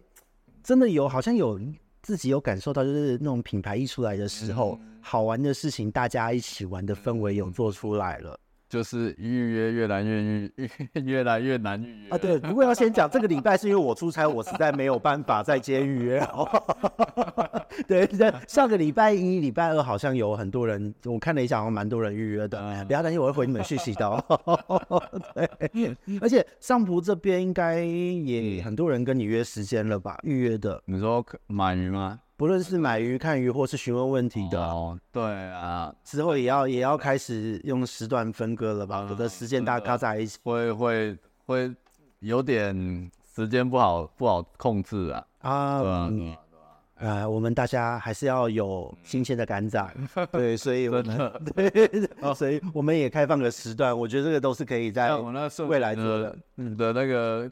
S1: 真的有，好像有自己有感受到，就是那种品牌一出来的时候，好玩的事情，大家一起玩的氛围有做出来了。
S2: 就是预约越来越预越来越难预约
S1: 啊， 对，不过要先讲，这个礼拜是因为我出差，我实在没有办法再接预 约了。 对，对上个礼拜一、礼拜二好像有很多人，我看了一下，好像蛮多人预约的。哎不要担心，我会回你们讯息的 哦。对，而且上浦这边应该也很多人跟你约时间了吧？预约的，
S2: 你说可买鱼吗？
S1: 不论是买鱼、看鱼，或是询问问题的，
S2: 哦，对啊，
S1: 之后也要也要开始用时段分割了吧？有嗯的时间大家在一起。
S2: 会会会有点时间不好不好控制啊，对
S1: 啊
S2: 啊，
S1: 嗯
S2: 对啊
S1: 啊、我们大家还是要
S2: 嗯
S1: 有新鲜的肝 脏，对，所以
S2: 啊
S1: 我们对， 所以我们也开放个时段，我觉得这个都是可以在
S2: 像我哦哎那社
S1: 未来做
S2: 的
S1: 的，嗯
S2: 的那个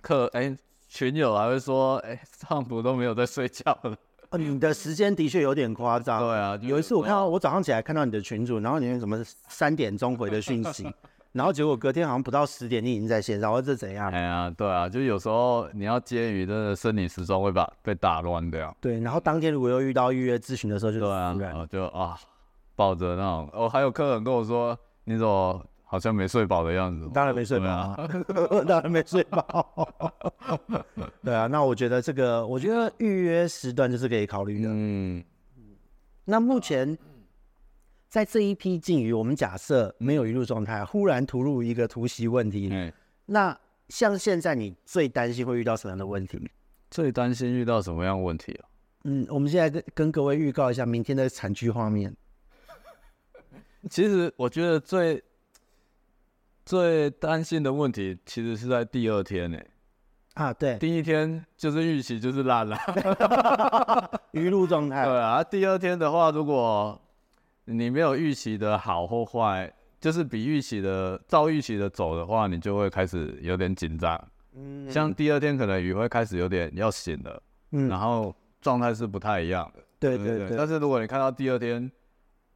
S2: 课，哎，群友还会说，哎，上普都没有在睡觉了，
S1: 哦你的时间的确有点夸张，
S2: 对啊，就是
S1: 有一次我看到我早上起来看到你的群主，然后你们什么三点钟回的讯 息，然后结果隔天好像不到十点你已经在线上，我说这怎样？
S2: 哎呀，对啊，就有时候你要接鱼，真的生理时钟会把被打乱掉。
S1: 对，然后当天如果又遇到预约咨询的时候就
S2: 对啊
S1: 死，人
S2: 然后就啊，抱着那种，哦，还有客人跟我说，你怎么好像没睡饱的样子？
S1: 当然没睡饱、啊，当然没睡饱。 对啊，那我觉得这个，我觉得预约时段就是可以考虑的。
S2: 嗯，
S1: 那目前在这一批禁渔，我们假设没有鱼露状态，忽然突入一个突袭问题，
S2: 哎，
S1: 那像现在你最担心会遇到什么样的问题？
S2: 最担心遇到什么样的问题啊？
S1: 嗯，我们现在跟跟各位预告一下明天的产区画面。
S2: 其实我觉得最最担心的问题，其实是在第二天呢、
S1: 啊，对，
S2: 第一天就是预期就是烂了，
S1: 哎鱼露状态，
S2: 对啊。第二天的话，如果你没有预期的好或坏，就是比预期的照预期的走的话，你就会开始有点紧张。
S1: 嗯
S2: 像第二天可能雨会开始有点要醒了，然
S1: 嗯，
S2: 后状态是不太一样的。
S1: 对对
S2: 但
S1: 对，
S2: 是如果你看到第二天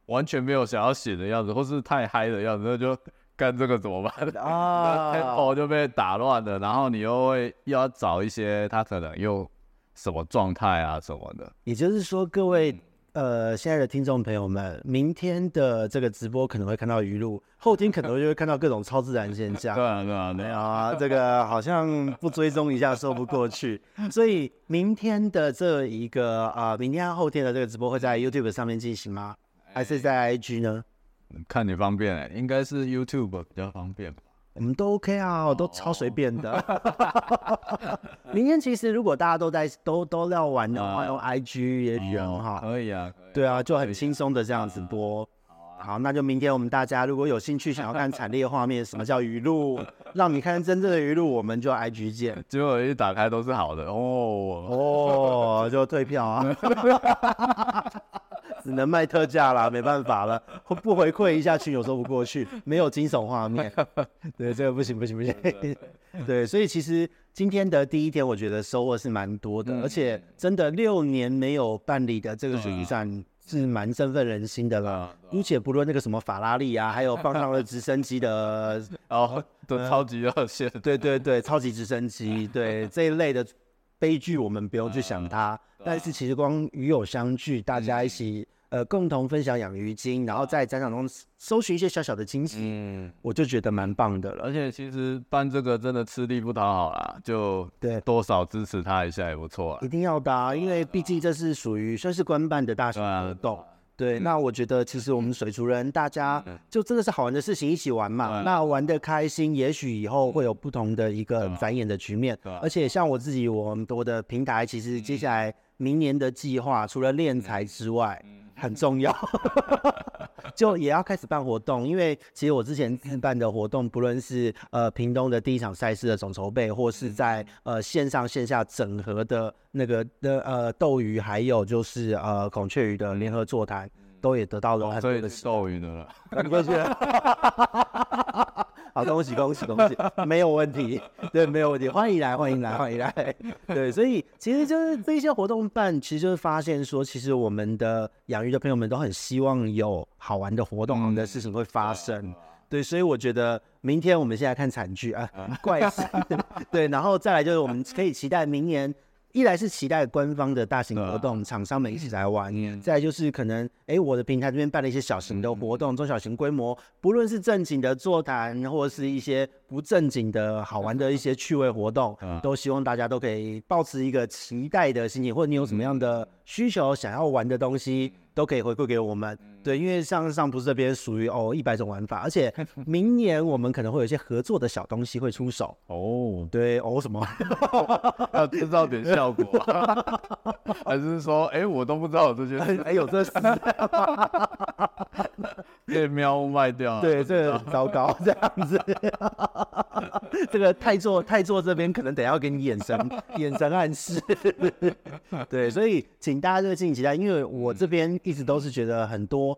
S2: 完全没有想要醒的样子，或是太嗨的样子，那就 干这个怎么办？
S1: 啊
S2: tempo 就被打乱了，然后你又会又要找一些他可能又什么状态啊什么的。
S1: 也就是说，各位呃，现在的听众朋友们，明天的这个直播可能会看到鱼露，后天可能就会看到各种超自然现象
S2: 对。啊对啊，
S1: 哎
S2: 对啊，
S1: 呀，这个好像不追踪一下说不过去，所以明天的这一嗯哎个啊、明天和后天的这个直播会在 YouTube 上面进行吗？还是在 IG 呢？
S2: 看你方便、欸，应该是 YouTube 比较方便吧。
S1: 我们都 OK 啊，我都超随便的。 明天其实如果大家都在都都要玩的话，
S2: 啊
S1: 用 IG 也许很
S2: 哦
S1: 好。
S2: 可以啊，可
S1: 嗯
S2: 以啊
S1: 对啊，嗯就很轻松的这样子播。好，那就明天我们大家如果有兴趣想要看惨烈画面，什么叫鱼露，让你看真正的鱼露，我们就 IG 见。
S2: 结果一打开都是好的哦。
S1: 哦，就退票 啊，只能卖特价啦，没办法了，不不回馈一下群友说不过去，没有惊悚画 面，对，这个不行不行不行， 对，所以其实今天的第一天，我觉得收获是蛮多的，而且真的六年没有办理的这个选举战是蛮振奋人心的啦
S2: 啊，
S1: 姑且不论那个什么法拉利啊，还有放上了直升机的
S2: 哦，都超级热线，
S1: 对对对，超级直升机，对这一类的悲剧，我们不用去
S2: 嗯
S1: 想它。但是其实光鱼友相聚，大家一起、呃共同分享养鱼经，然后在展场中搜寻一些小小的惊喜，
S2: 嗯，
S1: 我就觉得蛮棒的了。
S2: 而且其实办这个真的吃力不讨好啦，就
S1: 对
S2: 多少支持他一下也不错
S1: 一
S2: 啦。
S1: 定要的啊、因为毕竟这是属于算是官办的大型
S2: 对啊
S1: 活动。对，那我觉得其实我们水族人大家就真的是好玩的事情一起玩嘛，那玩的开心，也许以后会有不同的一个很繁衍的局面。
S2: 嗯对啊
S1: 而且像我自己，我们我的平台其实接下来明年的计
S2: 嗯
S1: 划，除了练财之外，很重 要，就也要开始办活动，因为其实我之前自办的活动，不论是呃屏东的第一场赛事的总筹备，或
S2: 嗯
S1: 是在呃线上线下整合的那个的呃斗鱼，还有就是呃孔雀鱼的联合座谈，都也得到了很
S2: 嗯哦所
S1: 多
S2: 以
S1: 的
S2: 是斗鱼的了，
S1: 你过去 了。好，恭喜恭喜恭喜，没有问题，对，没有问题，欢迎来，欢迎来，欢迎来。对，所以其实就是这一些活动办，其实就是发现说，其实我们的养鱼的朋友们都很希望有好玩的活动、好玩的事情会发
S2: 嗯
S1: 生。对，所以我觉得明天我们现在看惨剧啊，怪事。对，然后再来就是我们可以期待明年，一来是期待官方的大型活动，厂商们一起来玩；再来就是可能，哎，我的平台这边办了一些小型的活动，中小型规模，不论是正经的座谈，或是一些不正经的好玩的一些趣味活动， 都希望大家都可以保持一个期待的心情，或者你有什么样的需求想要玩的东西。都可以回馈给我们。对，因为像上不是这边属于哦一百种玩法，而且明年我们可能会有一些合作的小东西会出手。
S2: 哦，
S1: 对哦什么？
S2: 要制造点效果，啊 还是说，哎，我都不知道有这些事，
S1: 哎有这事，
S2: 被喵卖掉，，
S1: 对这个很糟糕， 这样子，这个太座太座这边可能等一下要给你眼神眼神暗示。对，所以请大家这个敬请期待，因为
S2: 嗯
S1: 我这边一直都是觉得很多。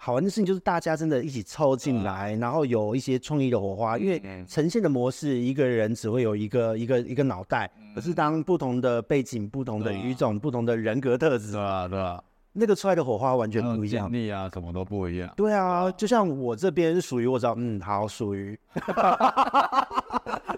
S1: 好玩的事情就是大家真的一起凑
S2: 嗯
S1: 进来，然后有一些创意的火花，因为呈现的模式，一个人只会有一个一个一个脑袋，
S2: 嗯
S1: 可是当不同的背景、不同的语种、不同的人格特质
S2: 啊对，啊，对啊，
S1: 那个出来的火花完全
S2: 还有
S1: 不一样
S2: 经。历啊，什么都不一样。
S1: 对
S2: 哦
S1: 啊，就像我这边属于我知道，嗯，好，属于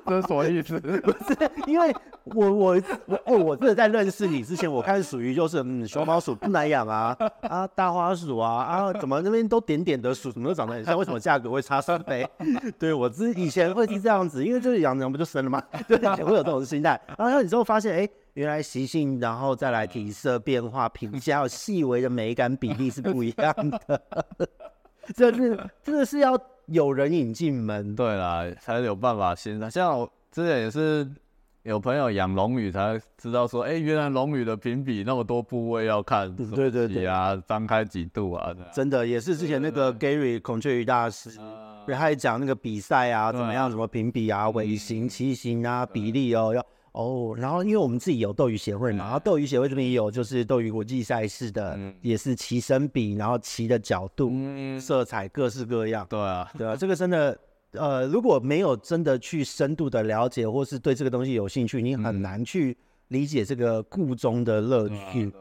S2: 这是什么意思？
S1: 是 因为我我我哎、我真的在认识你之前，我看属于就是嗯，熊猫鼠不难养啊，啊，大花鼠啊，啊，怎么那边都点点的鼠，怎么都长得很像，为什么价格会差十倍？ 对我之以前会是这样子，因为就是养养不就生了吗？ 对，以前会有这种心态，然后你之后发现哎。原来习性，然后再来体色变化、评价，还有细微的美感比例是不一样的。 这是这个是要有人引进门的，
S2: 对啦，才有办法欣赏。像我之前也是有朋友养龙鱼，才知道说，哎、原来龙鱼的评比那么多部位要看，
S1: 嗯对对对对
S2: 啊，张开几度啊，这样
S1: 真的也是之前那个 Gary 孔雀鱼大师，
S2: 啊
S1: 对，他也讲那个比赛啊，怎么样，什么评比啊、尾形、鳍形啊、比例哦，要哦。然后因为我们自己有斗鱼协会嘛，然后斗鱼协会这边也有就是斗鱼国际赛事的，也是鳍身比，然后鳍的角度、
S2: 嗯，
S1: 色彩各式各样。
S2: 对啊，
S1: 对啊，这个真的，呃，如果没有真的去深度的了解，或是对这个东西有兴趣，你很难去理解这个故中的乐
S2: 啊嗯
S1: 趣。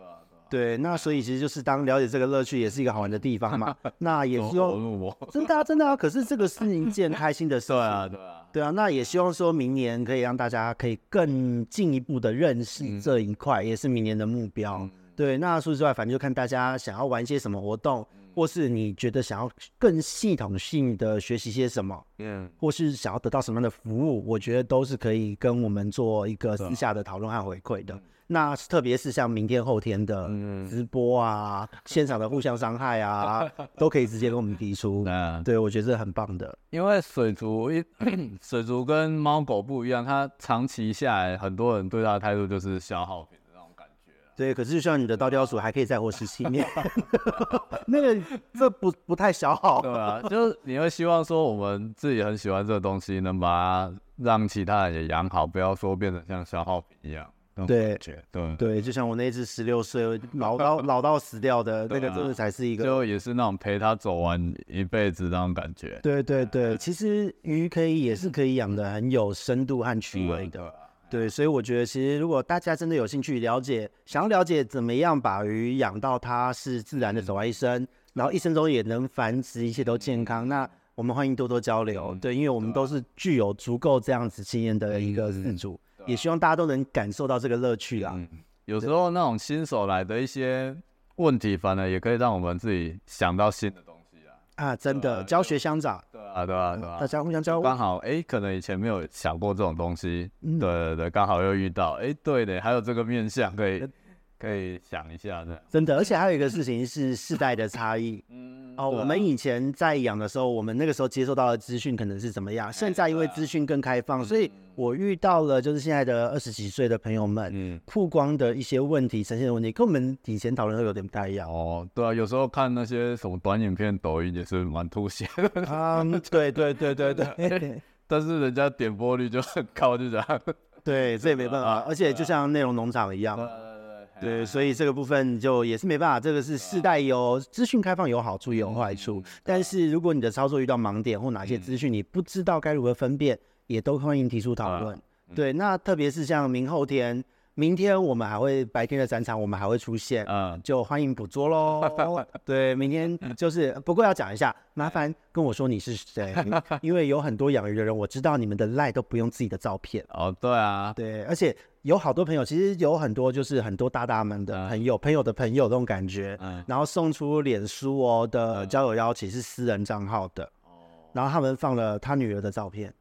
S1: 对，那所以其实就是当了解这个乐趣，也是一个好玩的地方嘛。那也希
S2: 投
S1: 望
S2: 入我，
S1: 真的啊，真的啊。可是这个是一件开心的事情。
S2: 对啊，对啊，
S1: 对啊，那也希望说明年
S2: 嗯
S1: 可以让大家可以更进一步的认识这一块，也是明年的目标。对，那除此之外，反正就看大家想要玩一些什么活动，
S2: 嗯
S1: 或是你觉得想要更系统性的学习些什么，
S2: 嗯，
S1: 或是想要得到什么样的服务，我觉得都是可以跟我们做一个私下的讨论和回馈的。那特别是像明天、后天的
S2: 嗯
S1: 直播啊、现场的互相伤害 啊，都可以直接跟我们提出。
S2: 那
S1: 对，我觉得这很棒的。
S2: 因为水族一水族跟猫狗不一样，它长期下来，很多人对它的态度就是消耗品的那种感觉。
S1: 对，可是就像你的倒吊鼠还可以再活十七年， 那个这不不太消耗。
S2: 对 啊，就是你会希望说我们自己很喜欢这个东西，能把它让其他人也养好，不要说变成像消耗品一样。那种
S1: 对
S2: 感觉对，
S1: 对，就像我那只十六岁 老到老到死掉的那个，
S2: 对啊
S1: 真的才是一个。
S2: 就也是那种陪它走完一辈子那种感觉。
S1: 对对 对，其实鱼可以也是可以养的很有深度和趣味
S2: 对
S1: 的。
S2: 啊
S1: 对，所以我觉得其实如果大家真的有兴趣了解，想要了解怎么样把鱼养到它是自然的走完一生，然后一生中也能繁殖，一切都健康，那我们欢迎多多交流。
S2: 嗯
S1: 对，因为我们都是具有足够这样子经验的一个
S2: 嗯
S1: 饲主，
S2: 啊
S1: 也希望大家都能感受到这个乐趣啦。
S2: 有时候那种新手来的一些问题，反而也可以让我们自己想到新的东西啊。
S1: 啊，真的，教学相长，
S2: 对啊，对啊，对啊。
S1: 大家互相交流。
S2: 就刚好哎、诶可能以前没有想过这种东西，
S1: 嗯
S2: 对对对，刚好又遇到，哎、对的，还有这个面相可以可以想一下的。
S1: 真的，而且还有一个事情是世代的差异。
S2: 嗯
S1: 哦，我们以前在养的时候，我们那个时候接受到的资讯可能是怎么样？现在因
S2: 哎
S1: 为
S2: 啊
S1: 资讯更开放，所
S2: 嗯
S1: 以我遇到了就是现在的二十几岁的朋友们，
S2: 嗯，
S1: 曝光的一些问题呈现的问题，跟我们以前讨论的有点不太一 样。
S2: 哦，对啊，有时候看那些什么短影片、抖音也是蛮吐血的，
S1: 啊，对对对对对
S2: 但是人家点播率就很高，就这样。
S1: 对，这也没办
S2: 啊
S1: 法，而且就像内容农场一样，
S2: 哎
S1: 对，所以这个部分就也是没办法，这个是世代有资讯开放有好处也有坏处，但是如果你的操作遇到盲点或哪些资讯你不知道该如何分辨，也都欢迎提出讨论。对，那特别是像明后天，明天我们还会白天的展场，我们还会出现，
S2: 嗯，
S1: 就欢迎捕捉喽。对，明天就是不过要讲一下，麻烦跟我说你是谁，因为有很多养鱼的人，我知道你们的赖都不用自己的照片。
S2: 哦，对啊，
S1: 对，而且有好多朋友，其实有很多就是很多大大们的
S2: 嗯
S1: 朋友，朋友的朋友那种感觉，
S2: 嗯
S1: 然后送出脸书哦的交友邀请是私人账号的，
S2: 哦
S1: 然后他们放了他女儿的照 片，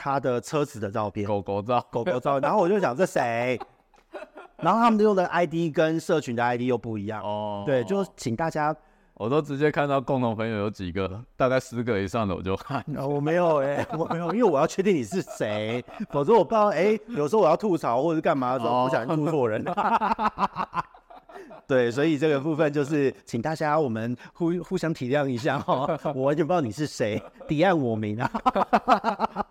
S1: 他的车子的照片，
S2: 狗狗照，
S1: 狗狗照，然后我就想这谁？ 然后他们用的 ID 跟社群的 ID 又不一样，
S2: 哦，
S1: 对，就请大家，
S2: 我都直接看到共同朋友有几个，大概十个以上的我就看。
S1: 呃我没有哎、我没有，因为我要确定你是谁，否则我不知道哎、有时候我要吐槽或者是干嘛的时候，不小心吐错人。 对，所以这个部分就是请大家我们互互相体谅一下哦，我完全不知道你是谁，敌暗我明啊。，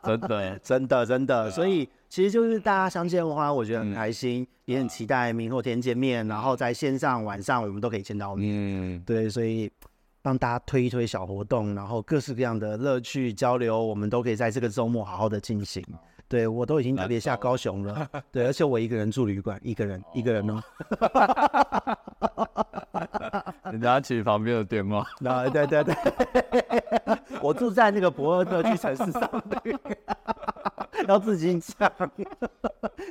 S2: 真的
S1: 真的真的，所以其实就是大家相见的话，我觉得很开心，也很期待明后天见面，然后在线上晚上我们都可以见到面。
S2: 嗯，
S1: 对，所以帮大家推一推小活动，然后各式各样的乐趣交流，我们都可以在这个周末好好的进行。对我都已经特别下高雄了，对，而且我一个人住旅馆，一个人一个人哦。
S2: 人家取旁边的电话，
S1: 那对对对，我住在那个博尔特区城市上面，要自己讲。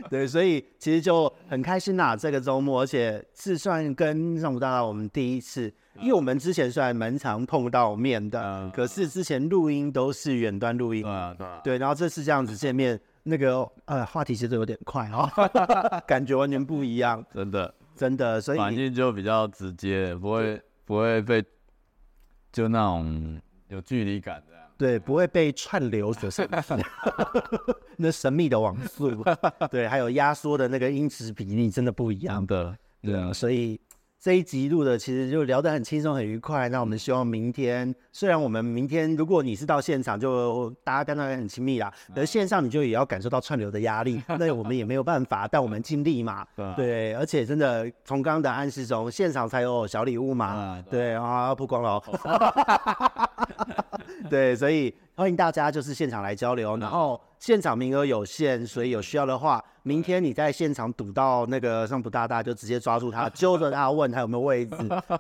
S1: 对，所以其实就很开心啦、这个周末，而且是算跟上武大大我们第一次，因为我们之前虽然蛮常碰到面的
S2: 嗯，
S1: 可是之前录音都是远端录音
S2: 对，啊，对啊，
S1: 对，然后这次这样子见面，那个呃话题其实有点快哦， 感觉完全不一样，
S2: 真的，
S1: 真的，所以
S2: 反应就比较直接，不会不会被就那种有距离感这样。
S1: 对，不会被串流所 限制。那神秘的网速，对，还有压缩的那个音质比例真的不一样。
S2: 的，对啊，
S1: 所以这一集录的其实就聊得很轻松、很愉快。那我们希望明天，虽然我们明天如果你是到现场，就大家跟他很亲密啦，而线上你就也要感受到串流的压力，那我们也没有办法，但我们尽力嘛。
S2: 对啊
S1: 对，而且真的从刚刚的暗示中，现场才有小礼物嘛
S2: 啊。
S1: 对啊，曝光了哦。对，所以欢迎大家就是现场来交流，然后现场名额有限，所以有需要的话，明天你在现场堵到那个上普大大，就直接抓住他，揪着他问他有没有位置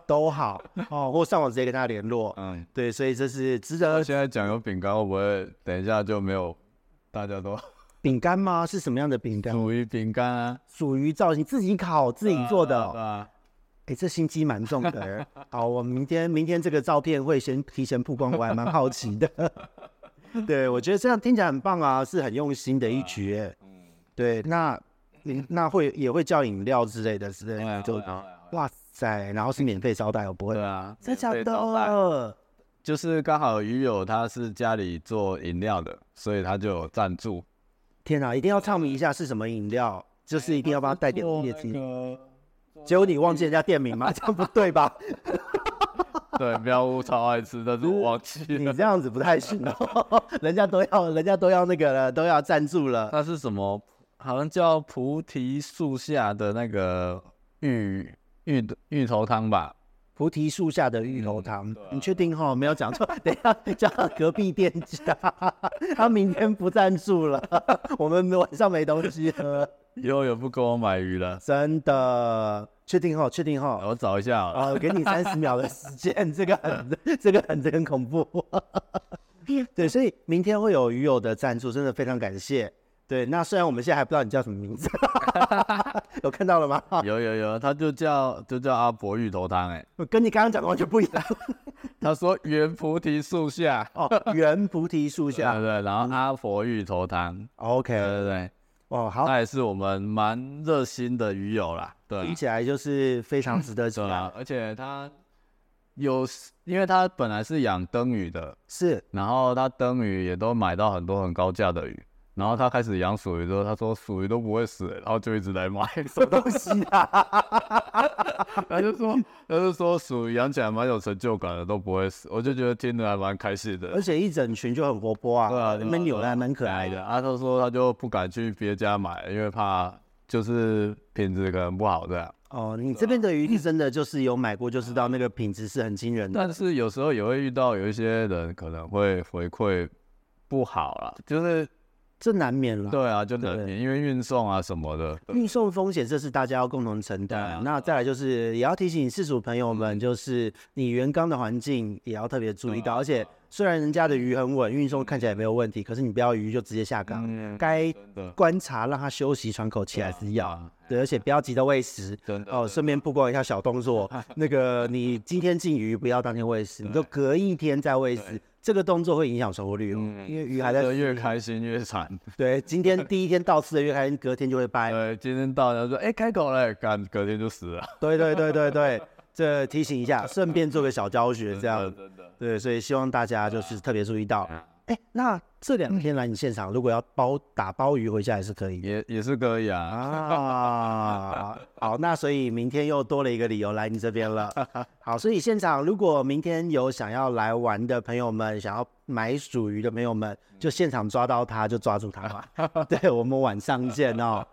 S1: 都好哦，或上网直接跟他联络。
S2: 嗯，
S1: 对，所以这是值
S2: 那
S1: 得
S2: 现在讲有饼干会不会等一下就没有？大家都
S1: 饼干吗？是什么样的饼干？
S2: 属于饼干啊，
S1: 属于造型自己烤自己做
S2: 对
S1: 的哦
S2: 啊，
S1: 哎，这心机蛮重的。好，我明天明天这个照片会先提前曝光，我还蛮好奇的。 对，我觉得这样听起来很棒啊，是很用心的一局耶。
S2: 嗯，
S1: 对，那你那会也会叫饮料之类的之类
S2: 会啊
S1: 的，就
S2: 会啊会啊
S1: 哇塞，然后是免费招待，我哦不会
S2: 对，啊，
S1: 真假
S2: 免费
S1: 的
S2: 招待
S1: 哦？
S2: 就是刚好鱼友他是家里做饮料的，所以他就有赞助，
S1: 天哪，一定要唱名一下是什么饮料，就是一定要帮他带
S2: 哎
S1: 点业绩。
S2: 绩。
S1: 结果你忘记人家店名吗？ 这样不对吧？
S2: 对， 喵呜超爱吃，但是我忘记
S1: 你
S2: 了。
S1: 这样子不太行哦， 人家都要，人家都要那个了，都要赞助了。
S2: 它是什么？好像叫菩提树下的那个芋芋芋头汤吧？
S1: 菩提树下的芋头汤，
S2: 对啊
S1: 你确定哈？没有讲错。 等一下叫他隔壁店家，他明天不赞助了， 我们晚上没东西喝，
S2: 以后也不跟我买鱼了，
S1: 真的。确定哈？确定哈？
S2: 我找一下好了。
S1: 啊，我给你三十秒的时间，这个 很，这个很，这个很恐怖。 对，所以明天会有鱼友的赞助，真的非常感谢。对，那虽然我们现在还不知道你叫什么名字， 有看到了吗？
S2: 有有有，他就叫就叫阿伯芋头汤哎、
S1: 我跟你刚刚讲的完全不一样
S2: 他说原菩提树下，
S1: 哦。原菩提树
S2: 对 对
S1: 下
S2: 对，然后阿佛芋头汤，对
S1: ，OK，
S2: 对对，
S1: 哦，好，
S2: 他也是我们蛮热心的鱼友啦，对啊
S1: 听起来就是非常值得期
S2: 对
S1: 待。
S2: 啊，而且他有，因为他本来是养灯鱼的，
S1: 是，
S2: 然后他灯鱼也都买到很多很高价的鱼，然后他开始养鼠鱼之后，他说鼠鱼都不会死、然后就一直来买，
S1: 什么东西 啊？
S2: 他就说他就说鼠鱼养起来蛮有成就感的，都不会死，我就觉得听着还蛮开心的
S1: 而。且一整群就很活泼
S2: 对啊，
S1: 啊，
S2: 对啊
S1: 蛮扭的，还蛮可爱
S2: 对
S1: 的。
S2: 啊，他说他就不敢去别家买，因为怕就是品质可能不好这样。
S1: 哦，
S2: 啊
S1: 你这边的鱼是真的就是有买过就知道那个品质是很惊人的。
S2: 但是有时候也会遇到有一些人可能会回馈不好啦，就是
S1: 这难免了。
S2: 对啊，就冷
S1: 对
S2: 面，因为运送啊什么的，
S1: 运送风险这是大家要共同承担。
S2: 对啊嗯
S1: 那再来就是也要提醒饲主朋友们，就是你原缸的环境也要特别注意
S2: 啊
S1: 到。而且虽然人家的鱼很稳，运送看起来没有问题，可是你不要鱼就直接下缸，
S2: 嗯
S1: 该
S2: 真的
S1: 观察让它休息喘口气还是要。
S2: 啊
S1: 对，而且不要急着喂食。
S2: 真的
S1: 哦，顺便曝光一下小动作，那个你今天进鱼不要当天喂食，你就隔一天再喂食
S2: 对，
S1: 这个动作会影响收获率哦，
S2: 嗯
S1: 因为鱼还在
S2: 吃得越
S1: 适应
S2: 开心越 惨。
S1: 对，今天第一天到吃的越开心，隔天就会掰。
S2: 对，今天到然后说，哎、开口了，干隔天就死了。
S1: 对对对对对，这提醒一下，顺便做个小教学， 这样
S2: 真的
S1: 对，所以希望大家就是特别注意到。哎，那这两天来你现场，如果要包打包鱼回家也是可以的
S2: 也也是可以啊。
S1: 啊。好，那所以明天又多了一个理由来你这边 了。好，所以现场如果明天有想要来玩的朋友们，想要买属鱼的朋友们，就现场抓到它就抓住它 吧。对我们晚上见哦。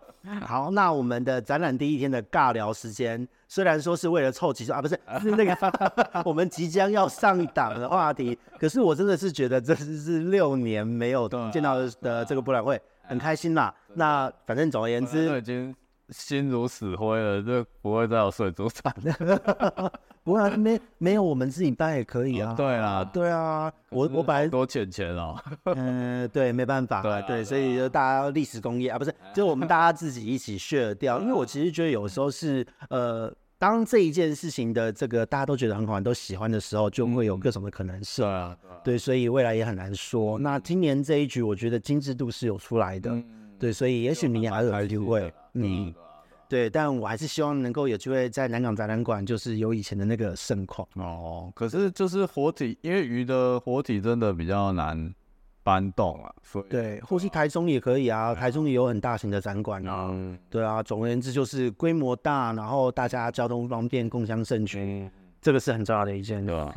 S1: 好，那我们的展览第一天的尬聊时间，虽然说是为了凑齐说啊，不 是是那个我们即将要上档的话题，可是我真的是觉得这是是六年没有
S2: 对啊啊
S1: 见到的这个博览会，很开心啦。那反正总而言
S2: 都
S1: 之，
S2: 已经心如死灰了，就不会再有水族展 了。
S1: 不过啊没没有我们自己办也可以啊。
S2: 哦对啦，
S1: 对啊，我
S2: 可是
S1: 我本来
S2: 多钱钱哦。
S1: 嗯，对，没办法，
S2: 对啊哎对
S1: 对，所以就大家要历史工业啊，不是，就我们大家自己一起 share 掉，因为我其实觉得有时候是呃，当这一件事情的这个大家都觉得很好玩、都喜欢的时候，就会有各种的可能性。
S2: 对啊，对啊
S1: 对，所以未来也很难说。那今年这一局，我觉得精致度是有出来的，
S2: 嗯
S1: 啊对，所以也许明年还有机会。嗯
S2: 嗯，，对啊
S1: 对，但我还是希望能够有机会在南港展览馆，就是有以前的那个盛况。
S2: 哦，可是就是活体，因为鱼的活体真的比较难搬动啊，所以
S1: 对，或是台中也可以啊，台中也有很大型的展馆啊。
S2: 嗯，
S1: 对啊，总而言之就是规模大，然后大家交通方便，共享盛举，
S2: 嗯
S1: 这个是很重要的一件。
S2: 对啊吧？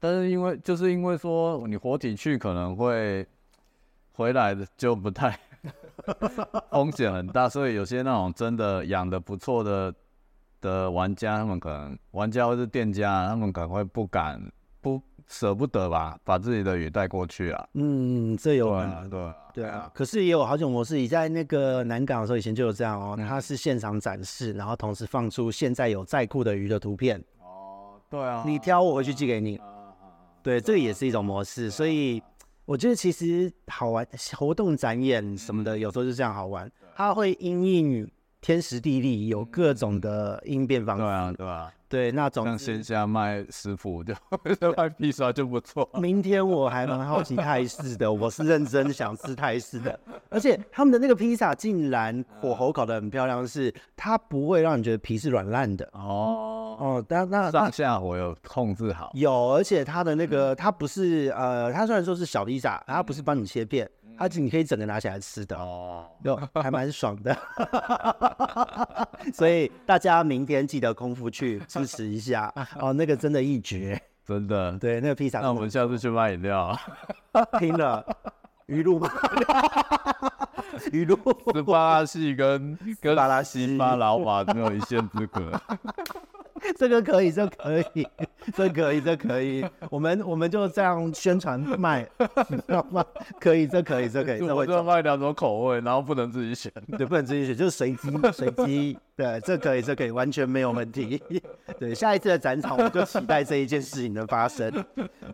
S2: 但是因为就是因为说你活体去可能会回来的就不太 风险很大，所以有些那种真的养的不错的的玩家，他们可能玩家或是店家，他们可能会不敢不舍不得吧，把自己的鱼带过去啊。
S1: 嗯，这有
S2: 对
S1: 可能
S2: 啊，对啊，
S1: 对啊，可是也有好久模式，你在那个南港的时候，以前就有这样
S2: 嗯
S1: 哦，它是现场展示，然后同时放出现在有在库的鱼的图片，
S2: 哦，对啊，
S1: 你挑我回去寄给你。对，这个也是一种模
S2: 啊
S1: 式，所以我觉得其实好玩，活动展演什
S2: 嗯
S1: 么的，有时候就这样好玩，它会因应天时地利，有各种的应变方
S2: 对
S1: 式。
S2: 嗯啊，对啊，
S1: 对，那总
S2: 像
S1: 之
S2: 线下卖食谱就 就卖披萨就不错。
S1: 明天我还蛮好奇泰式 的，我是认真想吃泰式的，而且他们的那个披萨竟然火
S2: 啊
S1: 候烤得很漂亮是，它不会让你觉得皮是软烂的
S2: 哦，
S1: 哦。但那那
S2: 上下火有控制好，
S1: 有，而且它的那
S2: 嗯
S1: 个它不是呃，它虽然说是小披萨，它不是帮你切片，
S2: 嗯
S1: 它你可以整个拿起来吃的哦。
S2: 哦，
S1: 有，还蛮爽的， 所以大家明天记得空腹去支持一 下哦，那个真的一绝，
S2: 真的。
S1: 对，那个披萨
S2: 那我们下次去卖饮料，啊
S1: 拼了，鱼露吗？ 鱼露，
S2: 斯巴拉系 跟跟
S1: 巴拉系
S2: 西巴老马只有一线之 隔。
S1: 这个可以，这个可以， 这可以，这可以，我们我们就这样宣传卖，你知道吗？可以，这可以，这 可以，这
S2: 我
S1: 会
S2: 这
S1: 中，
S2: 卖两种口味，然后不能自己选。
S1: 对，不能自己选，就是随机，随机，对，这可以，这可以，完全没有问题。 对，下一次的展场我们就期待这一件事情的发生。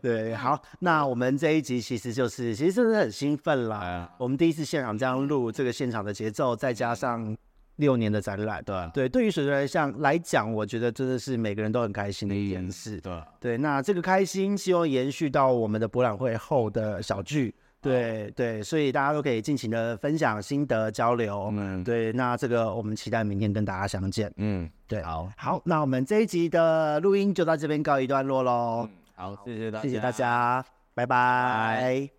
S1: 对，好，那我们这一集其实就是，其实真的很兴奋啦，
S2: 哎呀，
S1: 我们第一次现场这样录这个现场的节奏，再加上六年的展览，
S2: 对啊
S1: 对，对于水族来讲来讲，我觉得真的是每个人都很开心的一件事。
S2: 对啊，
S1: 对，那这个开心希望延续到我们的博览会后的小聚。对对，所以大家都可以尽情的分享心得交流。
S2: 嗯
S1: 对，那这个我们期待明天跟大家相见。
S2: 嗯，
S1: 对，
S2: 好，
S1: 好，那我们这一集的录音就到这边告一段落喽，
S2: 嗯好，谢谢大家，
S1: 谢谢大。家，拜拜